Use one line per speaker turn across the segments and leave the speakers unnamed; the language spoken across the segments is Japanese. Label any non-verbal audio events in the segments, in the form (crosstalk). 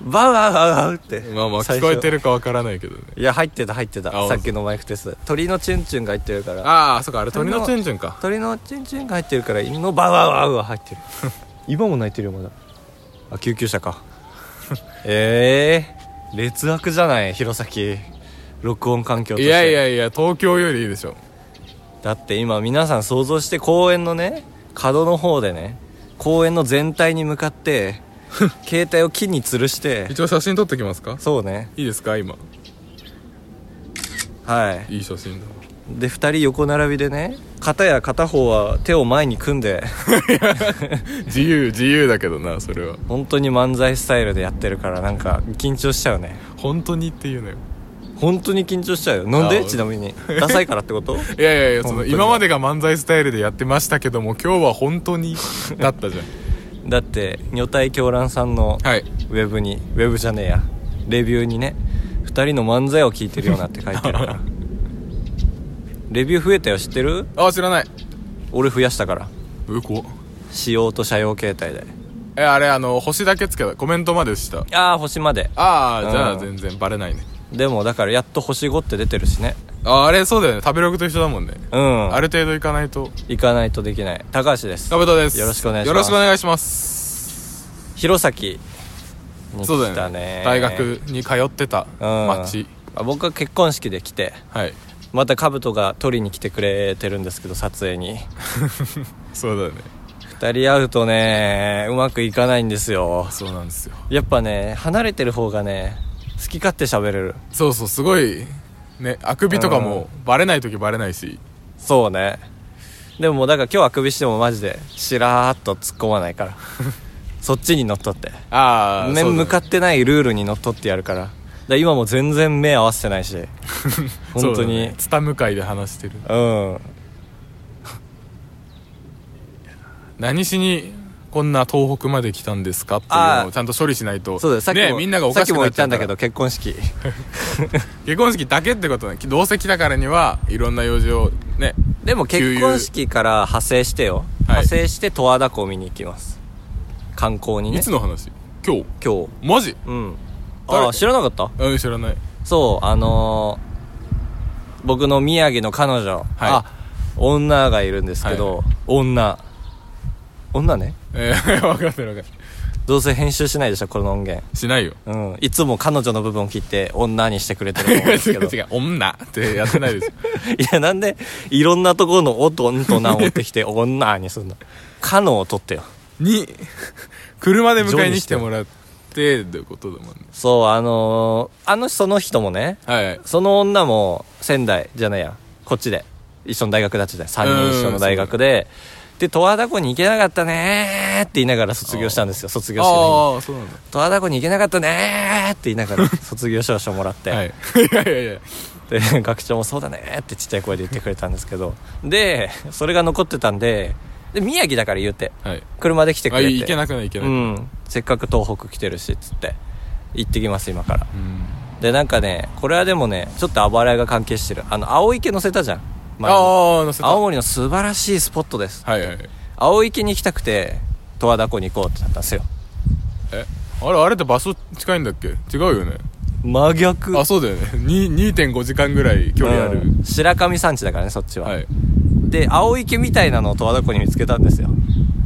バウアウアウアウって
まあまあ
最
聞
初
こえてるかわからないけどね
いや入ってた入ってた
あ
さっきのマイクテストで鳥のチュンチュンが入ってるから
ああそっかあれ鳥のチュンチュンか
鳥のチュンチュンが入ってるから犬のバウアウアウは入
(laughs)
ってる今も泣いてるよまだあ救急車か (laughs) ええ劣悪じゃない弘前録音環境と
い
してい
やいやいや東京よりいいでしょ
だって今皆さん想像して公園のね角の方でね公園の全体に向かって
(laughs)
携帯を木に吊るして
一応写真撮ってきますか
そうね
いいですか今
はい
いい写真だ
で2人横並びでね片や片方は手を前に組ん
(laughs)
で
自由自由だけどなそれは
本当に漫才スタイルでやってるからなんか緊張しちゃうね
本当にっていうのよ
本当に緊張しちゃうよなん
あ
で
ー
ちなみにダサいからって
(laughs)
こと
いやいやいやそ
本
の
当に
今までが漫才スタイルでやってましたけども今日は本当にだったじゃ
だって女体狂乱さんの
ん (laughs) はい
ウェブにウェブじゃねえやレビューにね2人の漫才を聞いてるようなって書いてる
(laughs)
からレビュー増えたよ知ってる
あ知らない
俺増やしたから
うこ
仕様と社用携帯で
えあれあの星だけつけたコメントまでした
ああ星まで
ああじゃ
う
あ
ん
全然バレないね
でもだからやっと星5って出てるしね
ああれそうだよね食べログと一緒だもんね
うん
ある程度いかないと
行かないとできない高橋です
カブトです
よろしくお願いします
よろしくお願いします
弘前に
そう
来
だ
た
よ
ね
ね大学に通ってた
うん
町
あ僕は結婚式で来て
はい
また兜が取りに来てくれてるんですけど撮影に
そうだよね
二人会うとねうまくいかないんですよ
そうなんですよ
やっぱね離れてる方がね好き勝手喋れる
そうそうすごいねあくびとかもバレない時バレないし
そうねでももうだから今日あくびしてもマジでしらーっと突っ込まない
(laughs)
からそっちに乗っ取って
ああ
面向か
っ
ってないルールにのっとってやるからだから今も全然目合わせて
(laughs)
ないし本当に
ツタ向かいで話してる
うん
何しにこんな東北まで来たんですかっていうのをちゃんと処理しないと
そうだよさっきも、
ねみんながお
さっ
かし
き
く
も
な
言
っ
っ
ちゃ
た
うんか
だ
ら
けど結婚
(laughs)
式
結婚式だけってことねどうせ来たからにはいろんな用事をね
でも結婚式から派生してよ、
はい
派生して十和田湖を見に行きます観光にね
いつの話今日
今日
マジ
うん
誰
あ知らなかった
うん知らない
そうあのー僕の宮城の彼女、あ女がいるんですけど、女女ね
えー、 (laughs) 分かってる分かって
どうせ編集しないでしょこの音源
るしないよ
うん、いつも彼女の部分を切って女にしてくれてると思うんです
(laughs) 違
け
う
ど
違う女ってやってないですよ
いや、なんで、いろんなところのおとんとなを持ってきて、
(laughs)
女にすんの。かのを取ってよ。
に車で迎えに来てもらってってことだもんね
そう、あのーあの、その人もね、
はいはい
その女も仙台じゃないや、こっちで。一緒の大学だっちで、3人一緒の大学で。で、十和田湖に行けなかったねーって言いながら卒業したんですよ、卒業式の日に。
ああそうなんだ
十和田湖に行けなかったねーって言いながら卒業証書もらって。
はいいやいやいや
で (laughs) 学長も「そうだね」ってちっちゃい声で言ってくれたんですけどでそれが残ってたんでで宮城だから言うて
はい
車で来てく
あ
れて
いいけなくないいけな
う
くない、
んせっかく東北来てるしっつって行ってきます今から
うん
でなんかねこれはでもねちょっとあばらやが関係してるあの青池乗せたじゃん前に
ああ乗せた
青森の素晴らしいスポットです
はいはい
青池に行きたくて十和田湖に行こうってなったんですよ
えあれあれって場所近いんだっけ違うよね
真逆
あそうだよねに2.5時間ぐらい距離ある、
うん白神山地だからねそっちは、
はい
で青池みたいなのを十和田湖に見つけたんですよ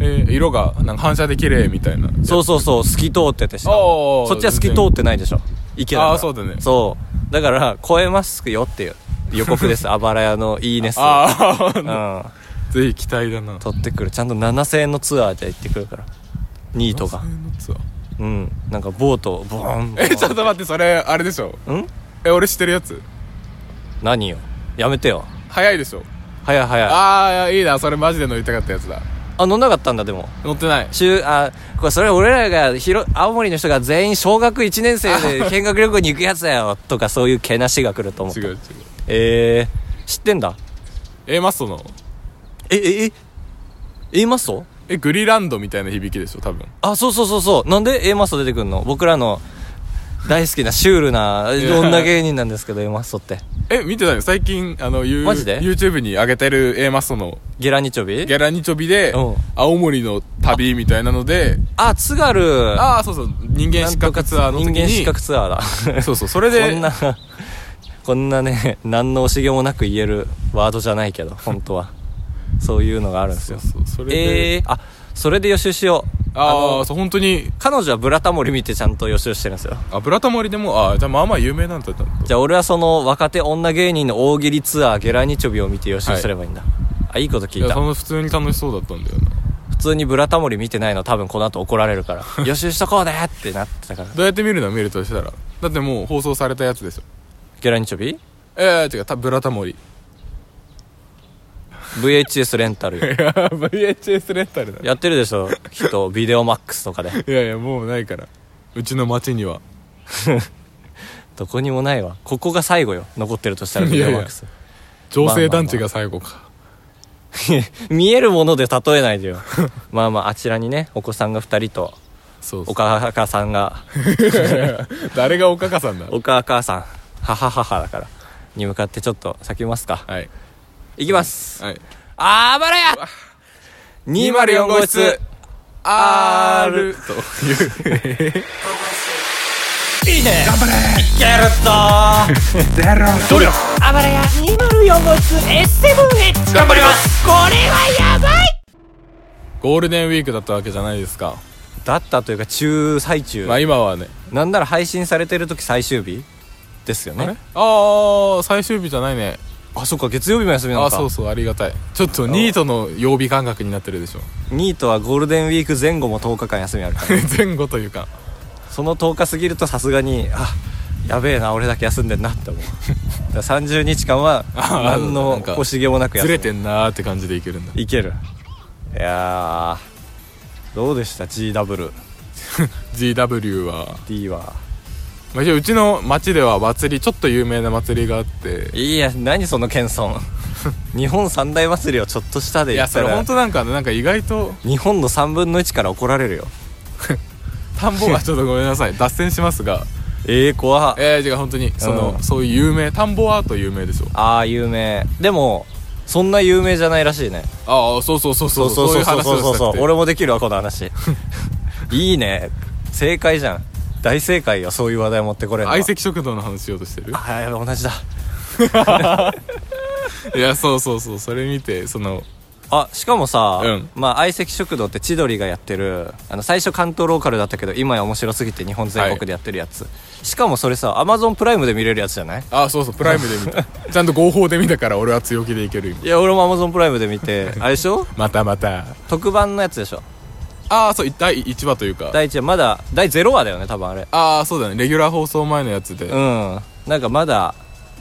えー色がなんか反射で綺麗みたいな
そうそうそう透き通っててしか
おーおーお
も
ー
そっちは透き通ってないでしょ池だから
あーそうだね
そうだから越えますよっていう予告です
(laughs)
あばら屋のいいね数
ああ
うん
(laughs) ぜひ期待だな
取ってくるちゃんと7000円のツアーで行ってくるからニートが
そう
うんなんかボートをボーンボーン
えちょっと待ってそれあれでしょ
ん
え俺知ってるやつ
何よやめてよ
早いでしょ
早い早いあ
ああいいなそれマジで乗りたかったやつだ
飲んなかったんだでも
乗ってない
中あこれそれ俺らが広青森の人が全員小学1年生で見学旅行に行くやつだよとかそういうけなしが来ると思う
違う違う
えー、知ってんだ
A マストの
えええ A マスト
えグリランドみたいな響きでしょ多分
あそうそうそうそうなんで A マスト出てくんの僕らの大好きなシュールな女芸人なんですけど A マストって
え見てたよ最近あのユー
マジで
YouTube に上げてる A マストの
ゲラニチョビ
ギャラニチョビで
うん
青森の旅みたいなので
あ津軽
ああそうそう人間失格ツアーの時に
人間失格ツアーだ
そうそうそれ (laughs) で
こんなこんなね何の惜しげもなく言えるワードじゃないけど本当はそういうのがあるんです
そ
よ
うそうそれで、
ええー、あそれで予習しよう
あ
の
あそう本当に
彼女はブラタモリ見てちゃんと予習してるんですよ
あブラタモリでもああじゃあまあまあ有名なんだったんだ
じゃあ俺はその若手女芸人の大喜利ツアーゲラニチョビを見て予習すればいいんだ、あいいこと
い
聞い
や
た
その普通に楽しそうだったんだよな
普通にブラタモリ見てないの多分この後怒られるから (laughs) 予習しとこうねってなってたから
どうやって見るの見るとしたらだってもう放送されたやつでしょ
ゲラニチョビ
ええ違うたブラタモ
(laughs)
リ
VHS レンタルよ
いや VHS レンタルだ
やってるでしょきっとビデオマックスとかで
いやいやもうないからうちの町には
どこにもないわここが最後よ残ってるとしたらビデオマックス
女性団地が最後か、
見えるもので例えないでよまあまああちらにねお子さんが2人と
そうそ
お
う
母さんが
(laughs) 誰がおかかさんだ
お母母さん母母だからに向かってちょっと叫びますか
はい
いきます
はい
あばらや204号室 R
という
いいね頑張れいけるぞ
努力
あばらや204号室 S7H
頑張ります
これはやばい
ゴールデンウィークだったわけじゃないですか
だったというか中最中、
まあ今はね
なんなら配信されてる時最終日ですよ
あ
ね
あー最終日じゃないね
あそっか月曜日も休みな
あ
のか
そうそうありがたいちょっとニートの曜日感覚になってるでしょ
ニートはゴールデンウィーク前後も10日間休みある
(laughs)
から
前後というか
その10日過ぎるとさすがにあやべえな俺だけ休んでんなって思うだから30日間は
あー
何
な
の
んか
惜しげもなく休
ず
む
れてんなーって感じでいけるんだ
いけるいやーどうでした GWD
GW は、
は
まあ、一応うちの町では祭りちょっと有名な祭りがあって
いや何その謙遜 (laughs) 日本三大祭りをちょっとしたで
い
言
や
った
それ
ら
本当なんかねなんか意外と
日本の3分の1から怒られるよ
田んぼ (laughs) はちょっとごめんなさい脱線しますが
ええー、怖っ
えー、違う本当にその、
うん
そういう有名田んぼはと有名でしょ
ああ有名でもそんな有名じゃないらしいね
ああそうそうそうそうそういう話をしたくて
俺もできるわこの
(laughs)
話いいね正解じゃん大正解よそういう話題持ってこれるのは
相席食堂の話しようとしてる
あーやべ同じだ
いやそうそうそうそれ見てその
あしかもさ、
うん
まあ相席食堂って千鳥がやってるあの最初関東ローカルだったけど今や面白すぎて日本全国でやってるやつ、しかもそれさアマゾンプライムで見れるやつじゃない
あそうそうプライムで見 (laughs) たちゃんと合法で見たから俺は強気でいける今
いや俺もアマゾンプライムで見て (laughs) あれでしょ
またまた
特番のやつでしょ
ああそう第1話というか
第1話まだ第0話だよね多分あれ
ああそうだねレギュラー放送前のやつで、
うんなんかまだ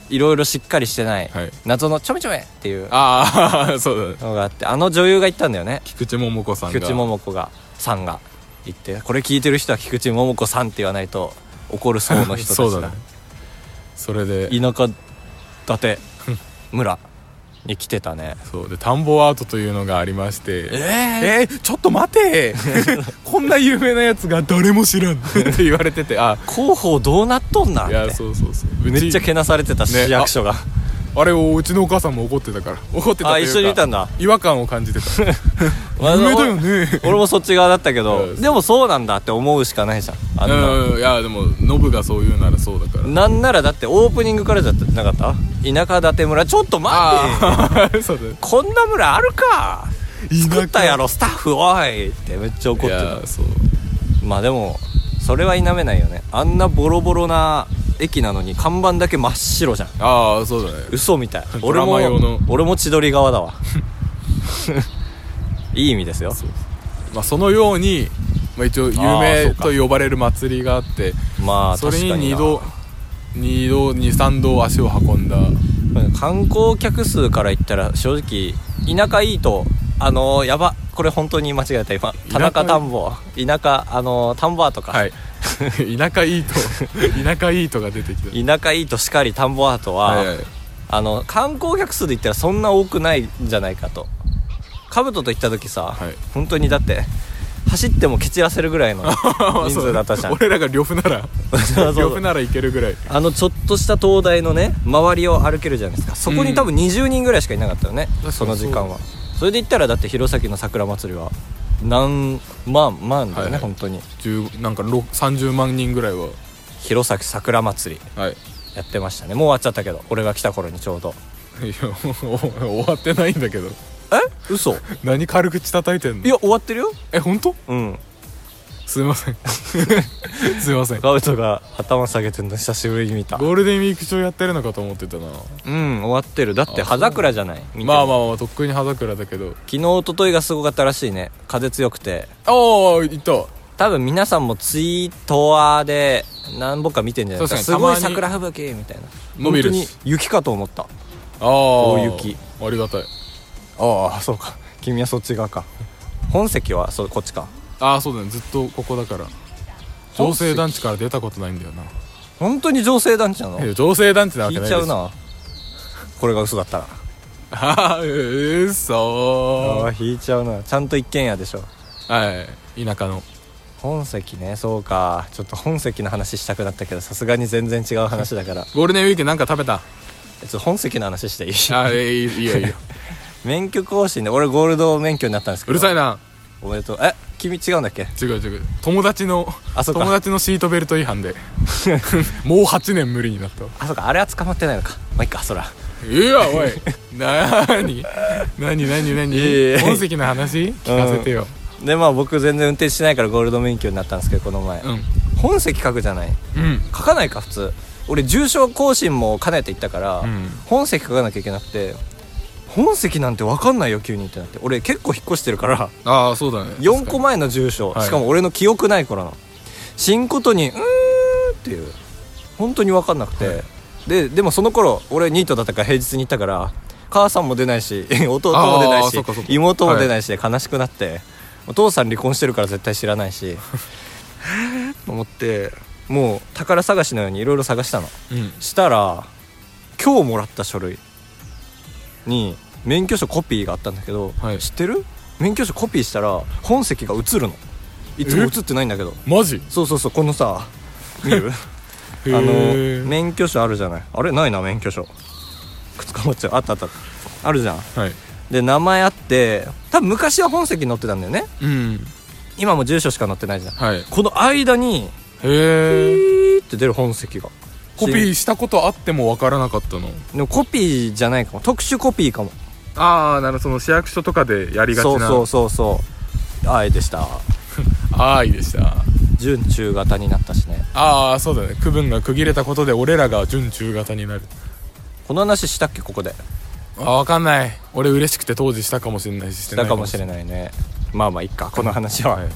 いろいろしっかりしてない、
はい
謎のちょめちょめっていう
あ (laughs) あそうだね
のがあってあの女優が言ったんだよね
菊池桃子さんが
菊池桃子がさんが言ってこれ聞いてる人は菊池桃子さんって言わないと怒る層の (laughs) 人たち
そうだ
が
ねそれで
田舎伊
(laughs)
達村に来てたね
そうで田んぼアートというのがありまして
ええ
えー、ちょっと待てこんな有名なやつが誰も知らんって言われててあ
広報どうなっとんないん
や
て
そうそうそうう
めっちゃけなされてた
ね
市役所が、
あれをうちのお母さんも怒ってたから怒ってた
あ
というか
一緒にいたんだ
違和感を感じてた有名だよね
(laughs) 俺もそっち側だったけど
うん
でもそうなんだって思うしかないじゃんあんな
うんいやでもノブがそう言うならそうだから
なんならだってオープニングからじゃなかった田舎館村ちょっと待って
ああ (laughs) そうだ
こんな村あるか
舎
作ったやろスタッフおいってめっちゃ怒
い
って
や
た
そう
まあでもそれは否めないよねあんなボロボロな駅なのに看板だけ真っ白じゃん
ああそうだね
嘘み
(laughs)
たい
ドラマ用の
俺も俺も千鳥側だわ (laughs) いい意味ですよ
そうまあそのように、まあ、一応有
あーそ
名
うか
と呼ばれる祭りがあって
まあ
それ
確か
に
な
2度2度23度足を運んだ
観光客数から言ったら正直田舎いいとあのー、やばこれ本当に間違えた今田中田んぼ田舎あのー、田んぼアートか、
はい (laughs) 田
(laughs)
舎いいと田舎いいとが出てきた
田舎いいとしかり田んぼアートは、
はいはい
あの観光客数で言ったらそんな多くないんじゃないかとカブトと行った時さ、
はい
本当にだって走っても蹴散らせるぐ (laughs) らいの (laughs) 人数だったじゃん
俺らが呂布なら
そうそう
呂布ならいけるぐらい
あのちょっとした灯台のね周りを歩けるじゃないですかそこに多分20人ぐらいしかいなかったよね、
かに
その時間はそれで言ったらだって弘前の桜祭りは何万万だよね、
はいはい
本当に
10なんかろ30万人ぐらいは
弘前桜祭り
はい
やってましたねもう終わっちゃったけど俺が来た頃にちょうど
いや (laughs) おお終わってないんだけど
え嘘
何軽口叩いてんの
いや終わってるよ
え本当
うん
すい
(laughs)
ませんすいませんゴ
ガウトが頭下げてんの久しぶりに見た
ールデンウィーク中やってるのかと思ってたな
うん終わってるだって
あ
葉桜じゃない見ても
まあまあまあとっくに葉桜だけど
昨日一昨日がすごかったらしいね風強くて
ああいった
多分皆さんもツイートアで何本か見てんじゃないですかす
そう
ごい
ですねたまに
桜吹雪みたいな
伸びる
本
し
当に雪かと思った
ああ
大雪
ありがたい
ああそうか君はそっち側か本籍はそうこっちか
ああそうだねずっとここだから
本
女
籍
性団地から出たことないんだよな
本当に女性団地なの
いや女性団地なわけ
聞
ない
い
で
ち
す
ゃうなこれが嘘だったら
ああうそ
ああ引いちゃうなちゃんと一軒家でしょ
はい田舎の
本籍ねそうかちょっと本籍の話したくなったけどさすがに全然違う話だからち
ゴールデンウィークなんか食べた
ょっと本籍の話していい
あえいいいいよいいよ
免許更新で俺ゴールド免許になったんですけど
うるさい
な
な
おめでとうえ君違うんだっけ
違う違う友達の
あそうか
友達のシートベルト違
(laughs)
反でもう8年無理になった
あそうかあれは捕まってないのかまあいいかそら
いやおいなーになになになに
いえいえ
本席の話聞かせてよ
でまあ僕全然運転しないからゴールド免許になったんですけどこの前、
うん
本籍書くじゃない
うん
書かないか普通俺重症更新も兼ねて行ったから、
うん
本籍書かなきゃいけなくて本籍なんて分かんないよ急にってなって俺結構引っ越してるから
ああそうだね
4個前の住所
はい
しかも俺の記憶ない頃の新ことに「うーん」っていう本当に分かんなくて、ででもその頃俺ニートだったから平日に行ったから母さんも出ないし (laughs) 弟も出な
あ
い
ーそ
し
っかそっか
妹も出ないしで悲しくなって、お父さん離婚してるから絶対知らない
(laughs)
しと思ってもう宝探しのようにいろいろ探したの
うん
したら今日もらった書類に免許証コピーがあったんだけど、
はい
知ってる免許証コピーしたら本籍が映るのいつも映ってないんだけど
マジ
そうそうそうこのさ見るあ
へ
の
ー
免許証あるじゃないあれないな免許証捕まっちゃうあったあったあったあるじゃん
はい
で名前あって多分昔は本籍載ってたんだよね
うん
今も住所しか載ってないじゃん
はいへ
この間に
え
ピーって出る本籍が
コピーしたことあってもわからなかったの
でもコピーじゃないかも特殊コピーかも
ああなるその市役所とかでやり
そうそうそうそうあえでした
ああいいでした
準中型になったしね
ああそうだね区分が区切れたことで俺らが準中型になる
この話したっけここで
あわかんない俺嬉しくて当時したかもしれないしし
して
な
た
い
かもしれ
い
ないねまあまあいっかこの話は、
はい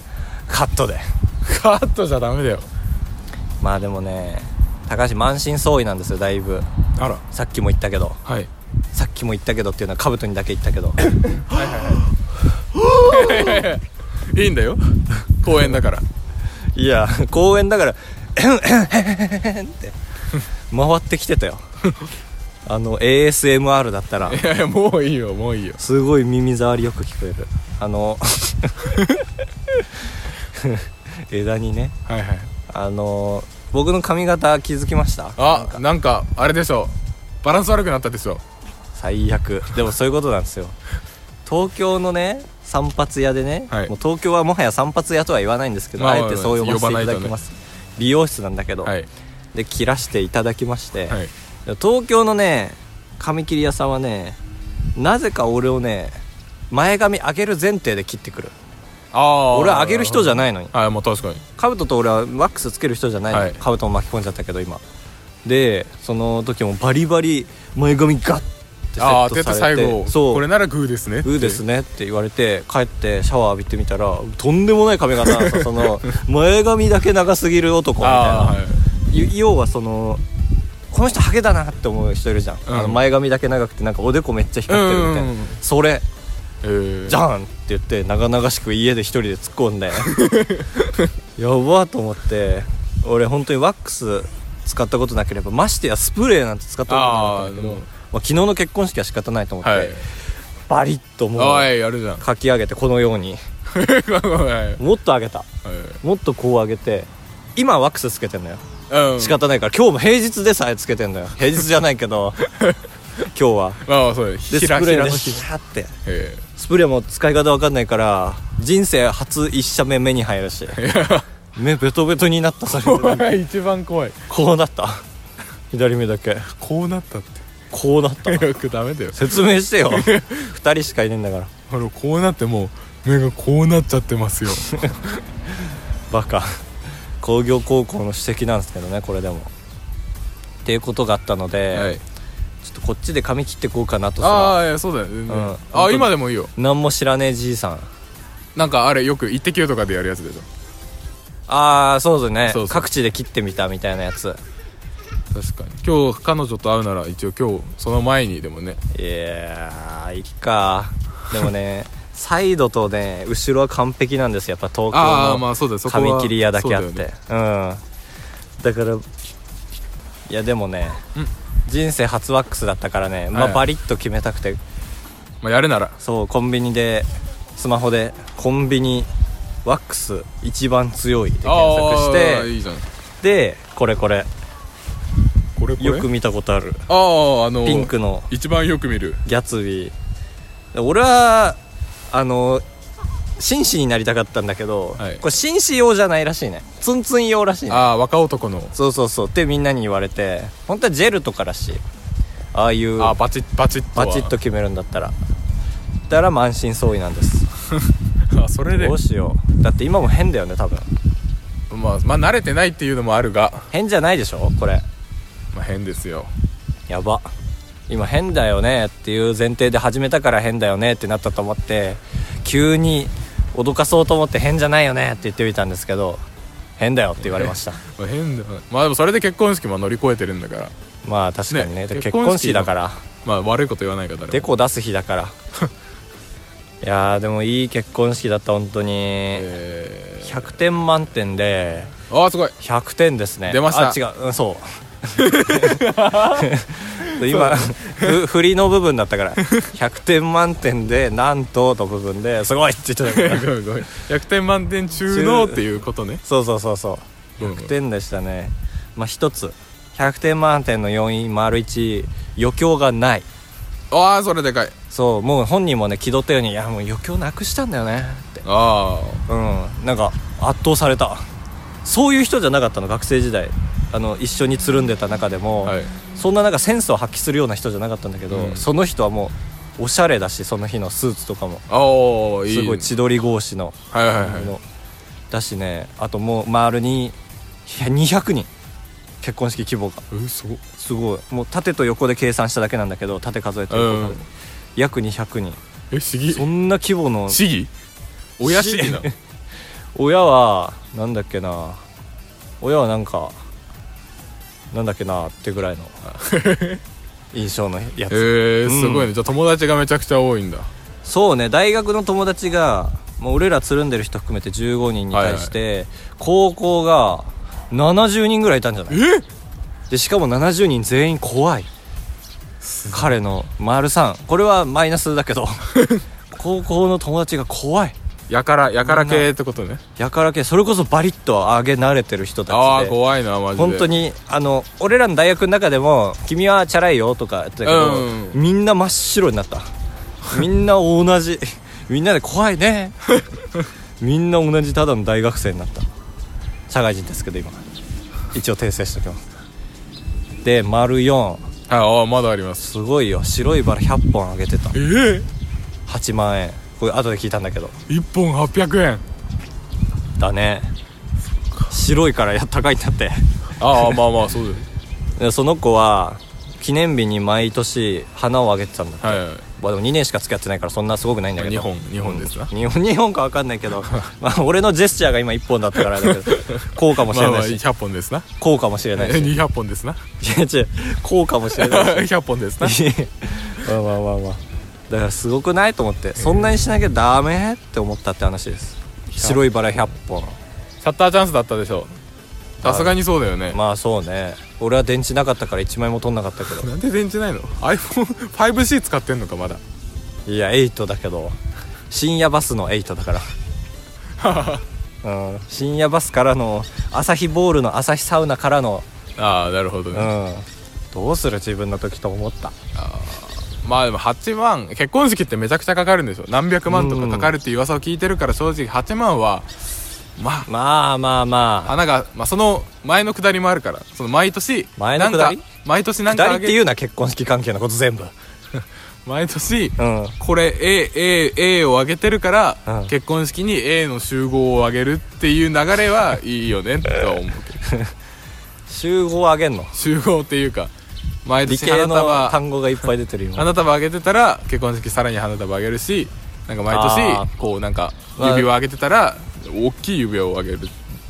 カットで
カットじゃダメだよ
まあでもね高橋満身創痍なんですよだいぶ
あら
さっきも言ったけど
はい
さっきも言ったけどっていうのは兜にだけ言ったけ (coughs) ど
いいんだよ (laughs) 公園だから
いや公園だから (coughs) 「エンエンエンエン」って回ってきて (laughs) たよあの ASMR だったら
いやいやもういいよもういいよ
すごい耳障りよく聞こえるあの枝にね
はいはい
あの僕の髪型気づきました
あなんかあれでしょバランス悪くなったでしょ
最悪でもそういうことなんですよ東京のね散髪屋でね、
はい
もう東京はもはや散髪屋とは言わないんですけど、
まあ
あ
まあまあ
えてそう呼ばせていただきます、美容室なんだけど、
はい
で切らしていただきまして、
はい
東京のね髪切り屋さんはねなぜか俺をね前髪上げる前提で切ってくる
ああ
俺は上げる人じゃないのに
はいもう確かに
カブトと俺はワックスつける人じゃないの、
はい
カブトも巻き込んじゃったけど今でその時もバリバリ前髪ガッてセ
ああ
ッ
ー出
ト
た
され
最
て
後
そう
これならグーですね
グーですねって言われて帰ってシャワー浴びてみたらとんでもない髪型なんですよ
(laughs)
その前髪だけ長すぎる男みたいな、
ああーはい
い要はそのこの人ハゲだなって思う人いるじゃん、
うん
あの前髪だけ長くてなんかおでこめっちゃ光ってるみたいな、
うんうんうん
それ
えー
じゃんって言って長々しく家で一人で突っ
(laughs)
込んでやばーと思って俺本当にワックス使ったことなければましてやスプレーなんて使ったことなかったんだけど
あーでも
まあ、昨日の結婚式は仕方ないと思って、
はい
バリッとも
お
う
いやるじゃん (laughs)
かき上げてこのように
はい
もっと上げたもっとこう上げて今ワックスつけてんのよ
うん
仕方ないから今日も平日でさえつけてんのよ平日じゃないけ
(laughs)
ど今日は
まあそう
で
ひ
ス
ら
プ
ひ
レー
ら
で
の
シ
日
ャーって
え
スプレーも使い方わかんないから人生初一射目目に入る
(laughs)
し目ベトベトになったそれで
え一番怖い
こうなった左目だけ
こうなっ
(laughs)
たっ
こうなった
てよくダメだよ
説明してよ2
(laughs)
人しかいねえんだから
あのこうなってもう目がこうなっちゃってますよ
バカ工業高校の指摘なんですけどねこれでもっていうことがあったので、
はい
ちょっとこっちで髪切ってこうかなと
あ
さ
あいやそうだよ全然
うん本
あ
当に
今でもいいよ
何も知らねえじいさん
なんかあれよく「イッテ Q!」とかでやるやつでしょ
ああそうですね
そうそう
各地で切ってみたみたいなやつ
確かに今日彼女と会うなら一応今日その前にでもね
いやーいっかでも
(laughs)
ねサイドとね後ろは完璧なんですよやっぱ東
ああ
京
ま
の
あそうだよそこは
髪切り屋だけあっ
そうよ
て
ね
うんだからいやでもね、
うん
人生初ワックスだったからね、ま
は
あ、
い
バリッと決めたくて
まあやるなら
そうコンビニでスマホでコンビニワックス一番強いで検索し
ああ
て
いいじゃん
でこれこれ
これこれ
よく見たことある
あああの
ピンクの
一番よく見る
ギャツビーで俺はあの紳士になりたかったんだけど、
はい
これ紳士用じゃないらしいねツンツン用らしいね
ああ若男の
そうそうそうってみんなに言われて本当はジェルとからしいああいう
ああバチッバチッとは
バチッと決めるんだったらだから満身創痍なんです
(laughs) あそれで
どうしようだって今も変だよね多分
まあ、まあ、慣れてないっていうのもあるが、
変じゃないでしょこれ
まあ、変ですよ
やば今変だよねっていう前提で始めたから変だよねってなったと思って急に脅かそうと思って変じゃないよねって言ってみたんですけど変だよって言われました
まあ変だまあでもそれで結婚式も乗り越えてるんだから
まあ確かにね
ね
で結
結
婚
婚式
式だから
まあ悪いこと言わないから
デコ出す日だから
(laughs)
いやーでもいい結婚式だった本当に
え
100点満点で
ー、ああ
(laughs)
すごい
100点ですね
出ました
あ違う、うん、そう (laughs) 今ふ振りの部分だったから100点満点でなんとの部分ですごいって言ってたから
ごめんごめん100点満点中のっていうことね
そうそうそうそう
ごめんご
100
めん
点でしたねまあ一つ100点満点の要因丸1余興がない
ああそれでかい
そうもう本人もね気取ったようにいやもう余興なくしたんだよねって
あ
うんなんか圧倒されたそういう人じゃなかったの学生時代あの一緒につるんでた中で
あ
も、
はい
そんななんかセンスを発揮するような人じゃなかったんだけど、
うん
その人はもうおしゃれだしその日のスーツとかも
ああいい
すごい千鳥格子の,、
はいはいはい
のだしねあともう周りにいや200人結婚式規模が
うすご
すごいもう縦と横で計算しただけなんだけど縦数えて
うん
横数えて約200人
え市議
そんな規模の
市議親市議なの
親はなんだっけな親はなんかなんだっけなってぐらい
(laughs)
の印象のやつ
えー、
うん
すごいねじゃあ友達がめちゃくちゃ多いんだ
そうね大学の友達がもう俺らつるんでる人含めて15人に対して、高校が70人ぐらいいたんじゃない
え
でしかも70人全員怖い彼の丸三これはマイナスだけ
(laughs)
ど高校の友達が怖い
やからやから系ってことね
やからけそれこそバリッと上げ慣れてる人た
ああ
ちで
ー怖いなマジで
本当にあの俺らの大学の中でも「君はチャラいよ」とかやってたけど、
うん
みんな真っ白になったみんな同じ (laughs) みんなで怖いね (laughs) みんな同じただの大学生になった社会人ですけど今一応訂正しておきますで丸4
はいああまだあります
すごいよ白いバラ100本あげてた
えー、
8万円これ後で聞いたんだけど
1本800円
だね白いからや高いんだって
ああまあまあそうだよ
でその子は記念日に毎年花をあげてたんだって、
はいはい
まあ、でも2年しか付き合ってないからそんなすごくないんだけど
日本日本ですな
日本 (laughs) 日本か分かんないけどまあ俺のジェスチャーが今1本だったからだけどこうかもし
ま
れ
あ
な
まあ
いし、
100本ですな
こうかもしれないしい
200本ですな
や違うこうかもしれ (laughs) ない
(laughs)
し
100本ですな
まあまあまあまあだからすごくないと思ってそんなにしなきゃダメって思ったって話です白いバラ100本
シャッターチャンスだったでしょさすがにそうだよね、
まあそうね俺は電池なかったから1枚も取んなかったけど
なんで電池ないの iPhone5C 使ってんのかまだ
いや8だけど深夜バスの8だから
(laughs)
うん、深夜バスからの朝日ボールの朝日サウナからの、
ああなるほど
う
ね、あ
ん、どうする自分の時と思った
ーまあでも8万結婚式ってめちゃくちゃかかるんですよ何百万とかかかるっていう噂を聞いてるから正直8万はまあ
まあまあま
花が、まあ、その前のくだりもあるからその毎年
前のくだり
なんか毎年
あ
なんか
2
あ
人ってい
げ
うな結婚式関係のこと全部
毎年
うん
これ A, A, A を上げてるから、
うん
結婚式に A の集合を上げるっていう流れはいいよねとは思うけど
集合あげんの
集合っていうか毎
理
年
系
花
の
束
単語がいっぱい出てるよ
花束上げてたら結婚式さらに花束上げるしなんか毎
あ
年こうなんか
まあ
指輪上げてたら大きい指輪を上げる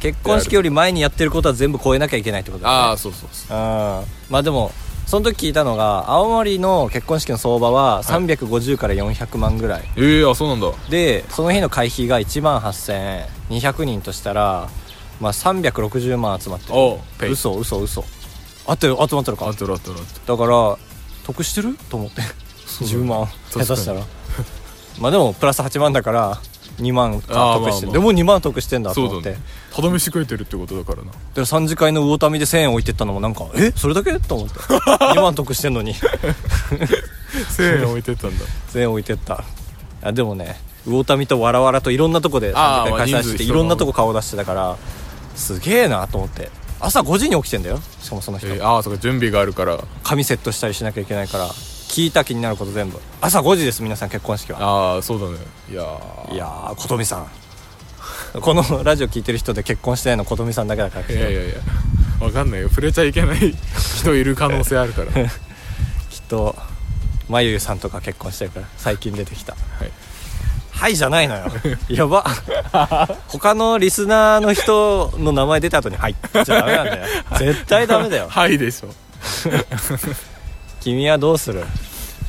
結婚式より前にやってることは全部超えなきゃいけないってことだ、ね、
ああそうそうそう
あまあでもその時聞いたのが青森の結婚式の相場は350から400万ぐらい、
ええあそうなんだ
でその日の会費が1万8000円200人としたら、まあ、360万集まって
おうペ
る
イ
嘘嘘嘘あってる集まってるか
あとらあとらあと
だから得してると思って
う
10万下
確かに
手したらまあでもプラス8万だから2万
あ
得
ー
して
まあまあ
るでも2万得してんだと
そう
思ってで
だねただ飯食えてるってことだからな
3次会の魚民で1000円置いてったのもなんかえそれだけと思って2万得してんのに
1000円置いて
(laughs)
ったんだ
全置いてったあでもね魚民とわらわらといろんなとこで
あー
3回開
まあ
催
人数
してい
一緒の
ろんなとこ顔出してたからすげえなと思って朝5時に起きてんだよしかもその人、
えーああそうか準備があるから
髪セットしたりしなきゃいけないから聞いた気になること全部朝5時です皆さん結婚式は
ああそうだねいやー
いやー琴美さんこのラジオ聞いてる人で結婚してないの琴美さんだけだから
いやいやいやわかんないよ触れちゃいけない人いる可能性あるからはい
きっとまゆゆさんとか結婚してるから最近出てきたはいじゃないのよやば他のリスナーの人の名前出た後に「はい」じゃダメなんだよ絶対 (laughs) ダメだよ
(laughs) はいでしょ
君はどうする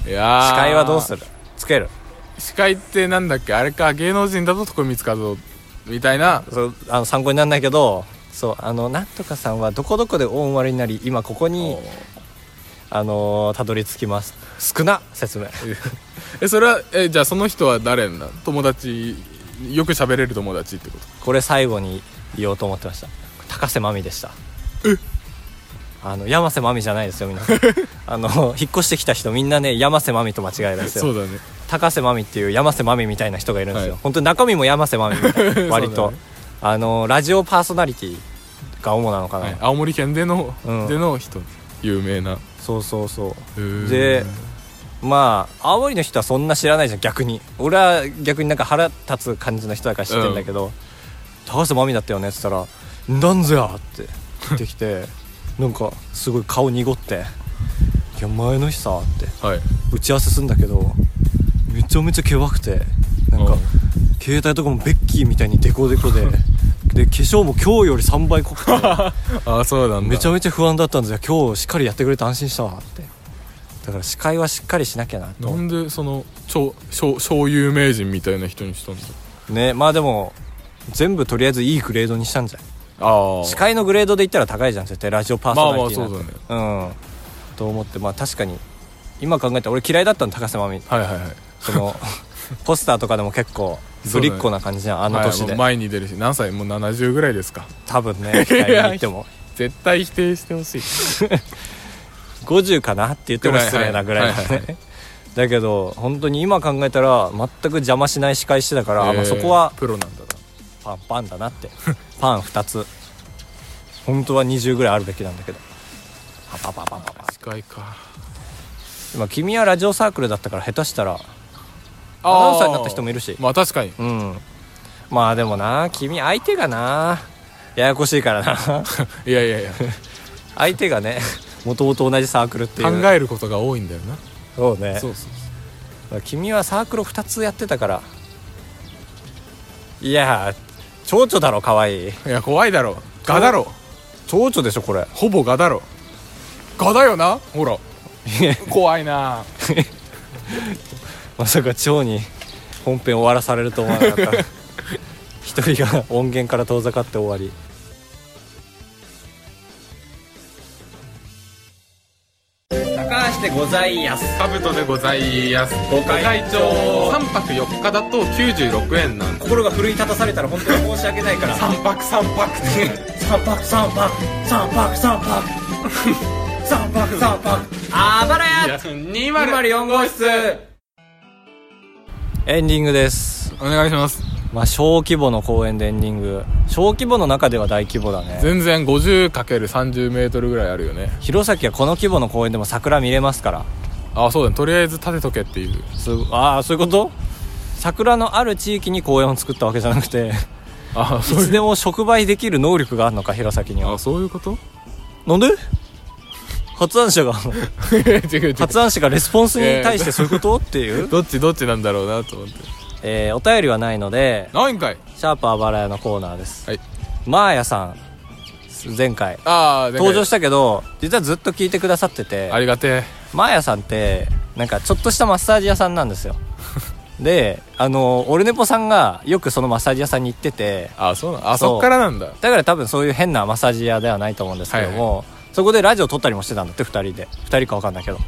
いやー
司会はどうするつける
司会ってなんだっけあれか芸能人だと徳光和夫みたいな
そうあの参考にならないけどそうあのなんとかさんはどこどこで大生まれになり今ここにあのーたどり着きます少な説明
(laughs) えそれはえじゃあその人は誰なの友達よく喋れる友達ってこと
これ最後に言おうと思ってました高瀬真美でしたあの山瀬真美じゃないですよ皆
(laughs)
さんあの引っ越してきた人みんなね山瀬真美と間違えるんですよ
そうだね
高瀬真美っていう山瀬真美みたいな人がいるんですよ、
はい
本当に中身も山瀬真美みたいな割
(laughs) そう
と、
だね
あのラジオパーソナリティが主なのかな、
はい、青森県での、
うん
での人有名な
そうそうそう
へー
でまあ青森の人はそんな知らないじゃん逆に俺は逆になんか腹立つ感じの人だから知ってんだけど、高瀬真美だったよねって言ったら「なんぞや!」って言ってき (laughs) てなんかすごい顔濁って「いや前の日さ」って
はい
打ち合わせするんだけどめちゃめちゃけばくてなん
う
か
ん
携帯とかもベッキーみたいにデコデコでで化粧も今日より3倍濃くて
ああそうなんだ
めちゃめちゃ不安だったんですよ今日しっかりやってくれて安心したわってだから司会はしっかりしなきゃな
な
と
んでその超超超有名人みたいな人にしたんだ
ねまあでも全部とりあえずいいグレードにしたんじゃない
ああ
司会のグレードで言ったら高いじゃん絶対ラジオパーソナリティなんて
まあまあ
うんと思ってまあ確かに今考えたら俺嫌いだったの高瀬真美
はいはいはい
そ
(laughs)
のポスターとかでも結構ぶりっ子な感じじゃんあの年
はいも
で
う前に出るし何歳もう70ぐらいですか
多分ね期待に行っても
絶対否定してほしい
50かなって言っても失礼なぐらい
はい
だ
はい
ね (laughs) だけど本当に今考えたら全く邪魔しない司会してたから、ま
えー
あ、そこは
プロなんだな
パンパンだなって (laughs) パン2つ本当は20ぐらいあるべきなんだけどパパパパパパ
司会か
今君はラジオサークルだったから下手したら
あ
アナウンサーになった人もいるし
まあ確かに
うんまあでもな君相手がなややこしいから (laughs) な
いやいやいや
相手がねもともと同じサークルっていう
考えることが多いんだよな
そうね
そうそう
君はサークル2つやってたからいやー蝶々だろ可愛い
そういや怖いだろガだろ
蝶々でしょこれ
ほぼガだろガだよな
(laughs)
ほら怖いな
まさか蝶に本編終わらされると思わな
(laughs)
かった一人が音源から遠ざかって終わり高橋でございやす
カブトでございますご
会
会長3泊4日だと96円なんです
心が奮い立たされたら本当に申し訳ないから
三泊三泊って
三泊三泊三泊三泊三泊三泊あばらや
204号室
エンディングです
お願いします
まあ小規模の公演でエンディング小規模の中では大規模だね
全然 50×30m ぐらいあるよね
弘前はこの規模の公園でも桜見れますから
あそうだねとりあえず立てとけっていう
すああそういうこと桜のある地域に公園を作ったわけじゃなくて
あ
い
そうい
つ
う
でも触媒できる能力があるのか弘前には
あそういうこと
なんで発案者が
違う違う
発案者がレスポンスに対してそういうことっていう、
(laughs) どっちどっちなんだろうなと思って
えーお便りはないので
何回
シャープあばら屋のコーナーです
はい
マーヤさん前回
ああ
登場したけど実はずっと聞いてくださってて
ありがてえ
マーヤさんってなんかちょっとしたマッサージ屋さんなんです
(laughs)
よであのオルネポさんがよくそのマッサージ屋さんに行ってて
あそうなんあ
そう
そっからなんだ
だから多分そういう変なマッサージ屋ではないと思うんですけども、そこでラジオ撮ったりもしてたんだって2人で2人か分かんないけどっ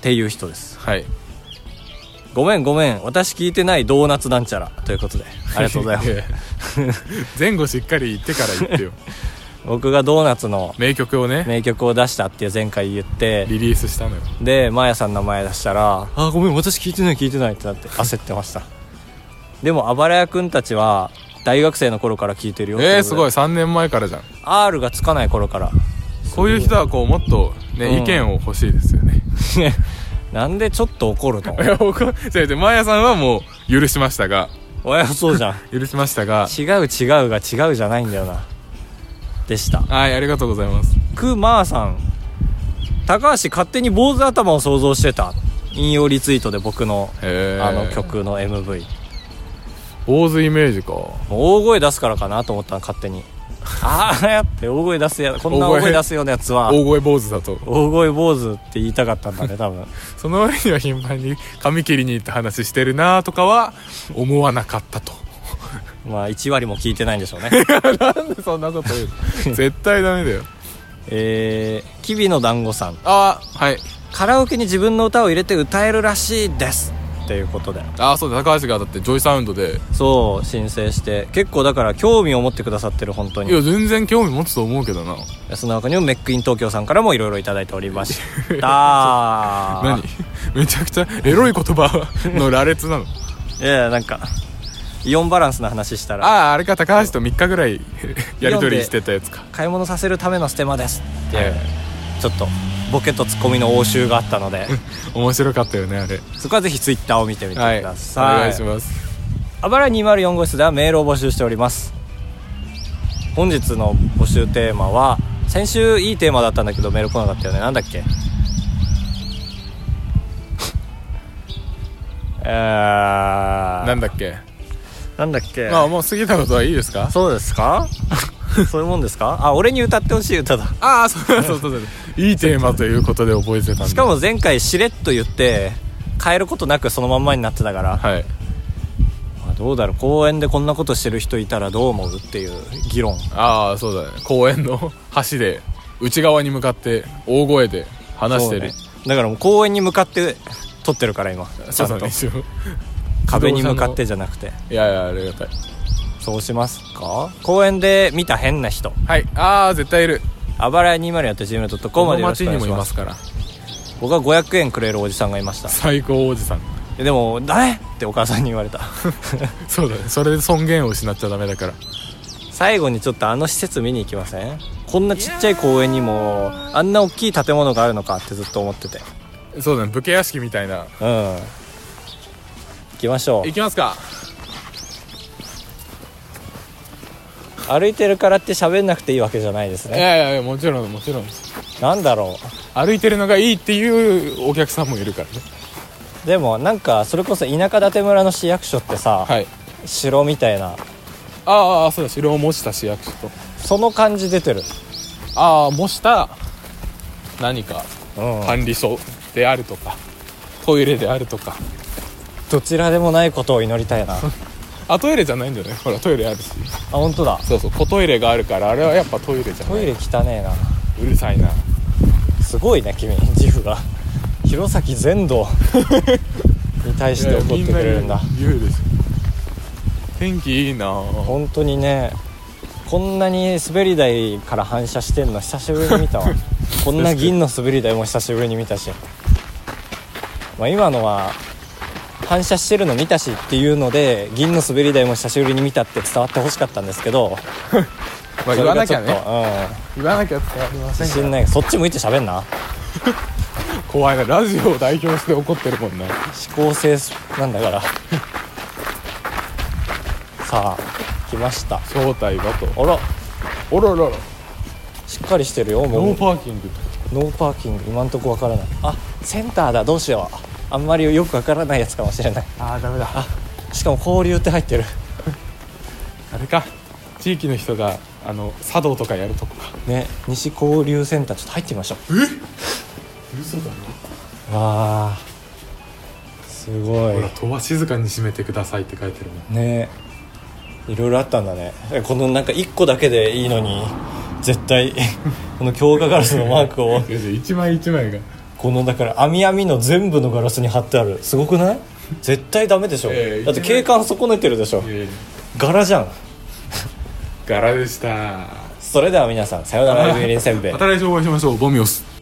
ていう人です
はい
ごめんごめん私聞いてないドーナツなんちゃらということでありがとうございま
(laughs)
す
ええ前後しっかり言ってから言っ
(laughs)
てよ
僕がドーナツの
名曲をね
名曲を出したっていう前回言って
リリースしたのよ
でマーヤさんの名前出したら「あごめん私聞いてない聞いてない」ってなって焦ってましたでもあばらやくんたちは大学生の頃から聞いてるよ
ええすごい
い
3年前からじゃん
R がつかない頃から
こういう人はこうもっとね、
うん
意見を欲しいですよね
ねなんでちょっと怒るの
いや (laughs) 僕違う違うマーヤさんはもう許しましたが
おやそうじゃん
許しまし
(laughs)
たが
違う違うが違うじゃないんだよなでした
はいありがとうございます
クマーさん高橋勝手に坊主頭を想像してた引用リツイートで僕の
へえ
あの曲の MV
坊主イメージか
もう大声出すからかなと思ったの勝手にああやって大声出すやこんな大
大声
声出すようなやつは
大声坊主だと
大声坊主って言いたかったんだね多分 (laughs)
その割には頻繁に髪切りに行った話してるなとかは思わなかったと
まあ1割も聞いてないんでしょう
(laughs)
ね
なんでそんなこと言う (laughs) の絶対ダメだよ
えー、きびの団子さん
ああはい
カラオケに自分の歌を入れて歌えるらしいですっていうことで
ああそうだ高橋がだってジョイサウンドで
そう申請して結構だから興味を持ってくださってる本当
いや
に
全然興味持つと思うけどな
その中にもメックイン東京さんからもいろいろいただいておりました
(laughs) 何めちゃくちゃエロい言葉の羅列なの
いやいやなんかイオンバランスの話したら
あああれか高橋と3日ぐ (laughs) らいやり取りしてたやつか
買い物させるためのステマですっていう、
はい
ちょっとボケとツッコミの応酬があったので
面白かったよねあれ
そこはぜひツイッターを見てみてく
はいお
ださ
願
い
いします
あばら204号室ではメールを募集しております本日の募集テーマは先週いいテーマだったんだけどメール来なかったよねなんだっけ (laughs) えー
なんだっけ
なんだっけ
まあもう過ぎたことはいいですか
そうです
(laughs)
かそういうもんですかあ俺に歌ってほしい歌だ
ああそうだそうだそうだ (laughs) いいテーマということで覚えてたんだ
しかも前回しれっと言って変えることなくそのまんまになってたから、
はい
まあどうだろう公園でこんなことしてる人いたらどう思うっていう議論
ああそうだね公園の (laughs) 橋で内側に向かって大声で話してる
そうねだからもう公園に向かって撮ってるから今ちゃ
そうんだ
と
ね一応
壁に向かって
自動車
じゃなくて
のいやいやありがたい
そうしますか公園で見た変な人
はいああ絶対いる
あばらい 20.gmail.com までよろし
町
くお願い
にも
し
い
ま
ますすから
僕は500円くれるおじさんがいました
最高おじさん
でも「誰?」ってお母さんに言われ
(laughs)
た
そうだねそれで尊厳を失っちゃダメだから
最後にちょっとあの施設見に行きませんこんなちっちゃい公園にもあんな大きい建物があるのかってずっと思ってて
そうだね武家屋敷みたいな
うん行きましょう
行きますか
歩いてるからって喋んなくていいわけじゃないです
い
ね
やいやいやもちろんもちろん
なんだろう
歩いてるのがいいっていうお客さんもいるからね
でもなんかそれこそ田舎館村の市役所ってさ、
はい
城みたいな
ああああそうだ城を模した市役所と
その感じ出てる
ああ模した何か
うん、
管理所であるとかトイレであるとか
どちらでもないことを祈りたいなあ
あトイレじゃないんじゃないほらトイレあるし
本当だ
そうそう小トイレがあるからあれはやっぱトイレじゃな
ト
い
イレ汚ねえな
うるさいな
すごいね君自負が
(laughs)
弘前全土に対して怒ってくれるんだ
いやみな言う言うでし天気いいなぁ
本当にねこんなに滑り台から反射してんの久しぶりに見
(laughs)
たわこんな銀の滑り台も久しぶりに見たし、まあ、今のは反射してるの見たしっていうので銀の滑り台も久しぶりに見たって伝わってほしかったんですけど
まあ
そ
言
れ
わ
が
なき
ちょ
ゃ
っと、
ね言わなきゃ伝わりま
うん、
せん
自
から
信ないそっち向いて喋んな
怖いなラジオを代表して怒ってるもんな
思考性なんだから
(laughs)
さあ来ました
正体だと
あら
おろろろ
しっかりしてるよもう
ノーパーキング
ノーパーキング今んとこわからないあセンターだどうしようあんまりよくわからないやつかもしれない
ああダメだあ
しかも交流って入ってる
あれか地域の人があの茶道とかやるとこか
ね西交流センターちょっと入ってみましょう
嘘だろ
わあすご
ほら「戸は静かに閉めてください」って書いてるもん
ねいろいろあったんだねえこのなんか1個だけでいいのに絶対 (laughs) この強化ガラスのマークを
(laughs) いやいや一枚一枚が
このだから網網の全部のガラスに貼ってあるすごくない絶対ダメでしょ、
ええ
だって景観損ねてるでしょ
えー
柄じゃん
柄でした
それでは皆さんさようならライブエリンせんべい
また来週お会いしましょうボミオス